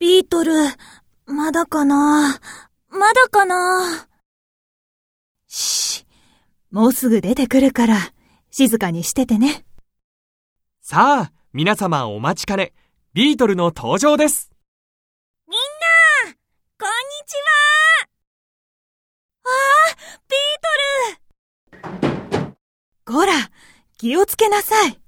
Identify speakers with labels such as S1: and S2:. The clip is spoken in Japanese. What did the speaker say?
S1: イトル、まだかなまだかな
S2: し、もうすぐ出てくるから、静かにしててね。
S3: さあ、皆様お待ちかね、ビートルの登場です。
S1: みんな、こんにちはああ、ビートル
S2: こら、気をつけなさい。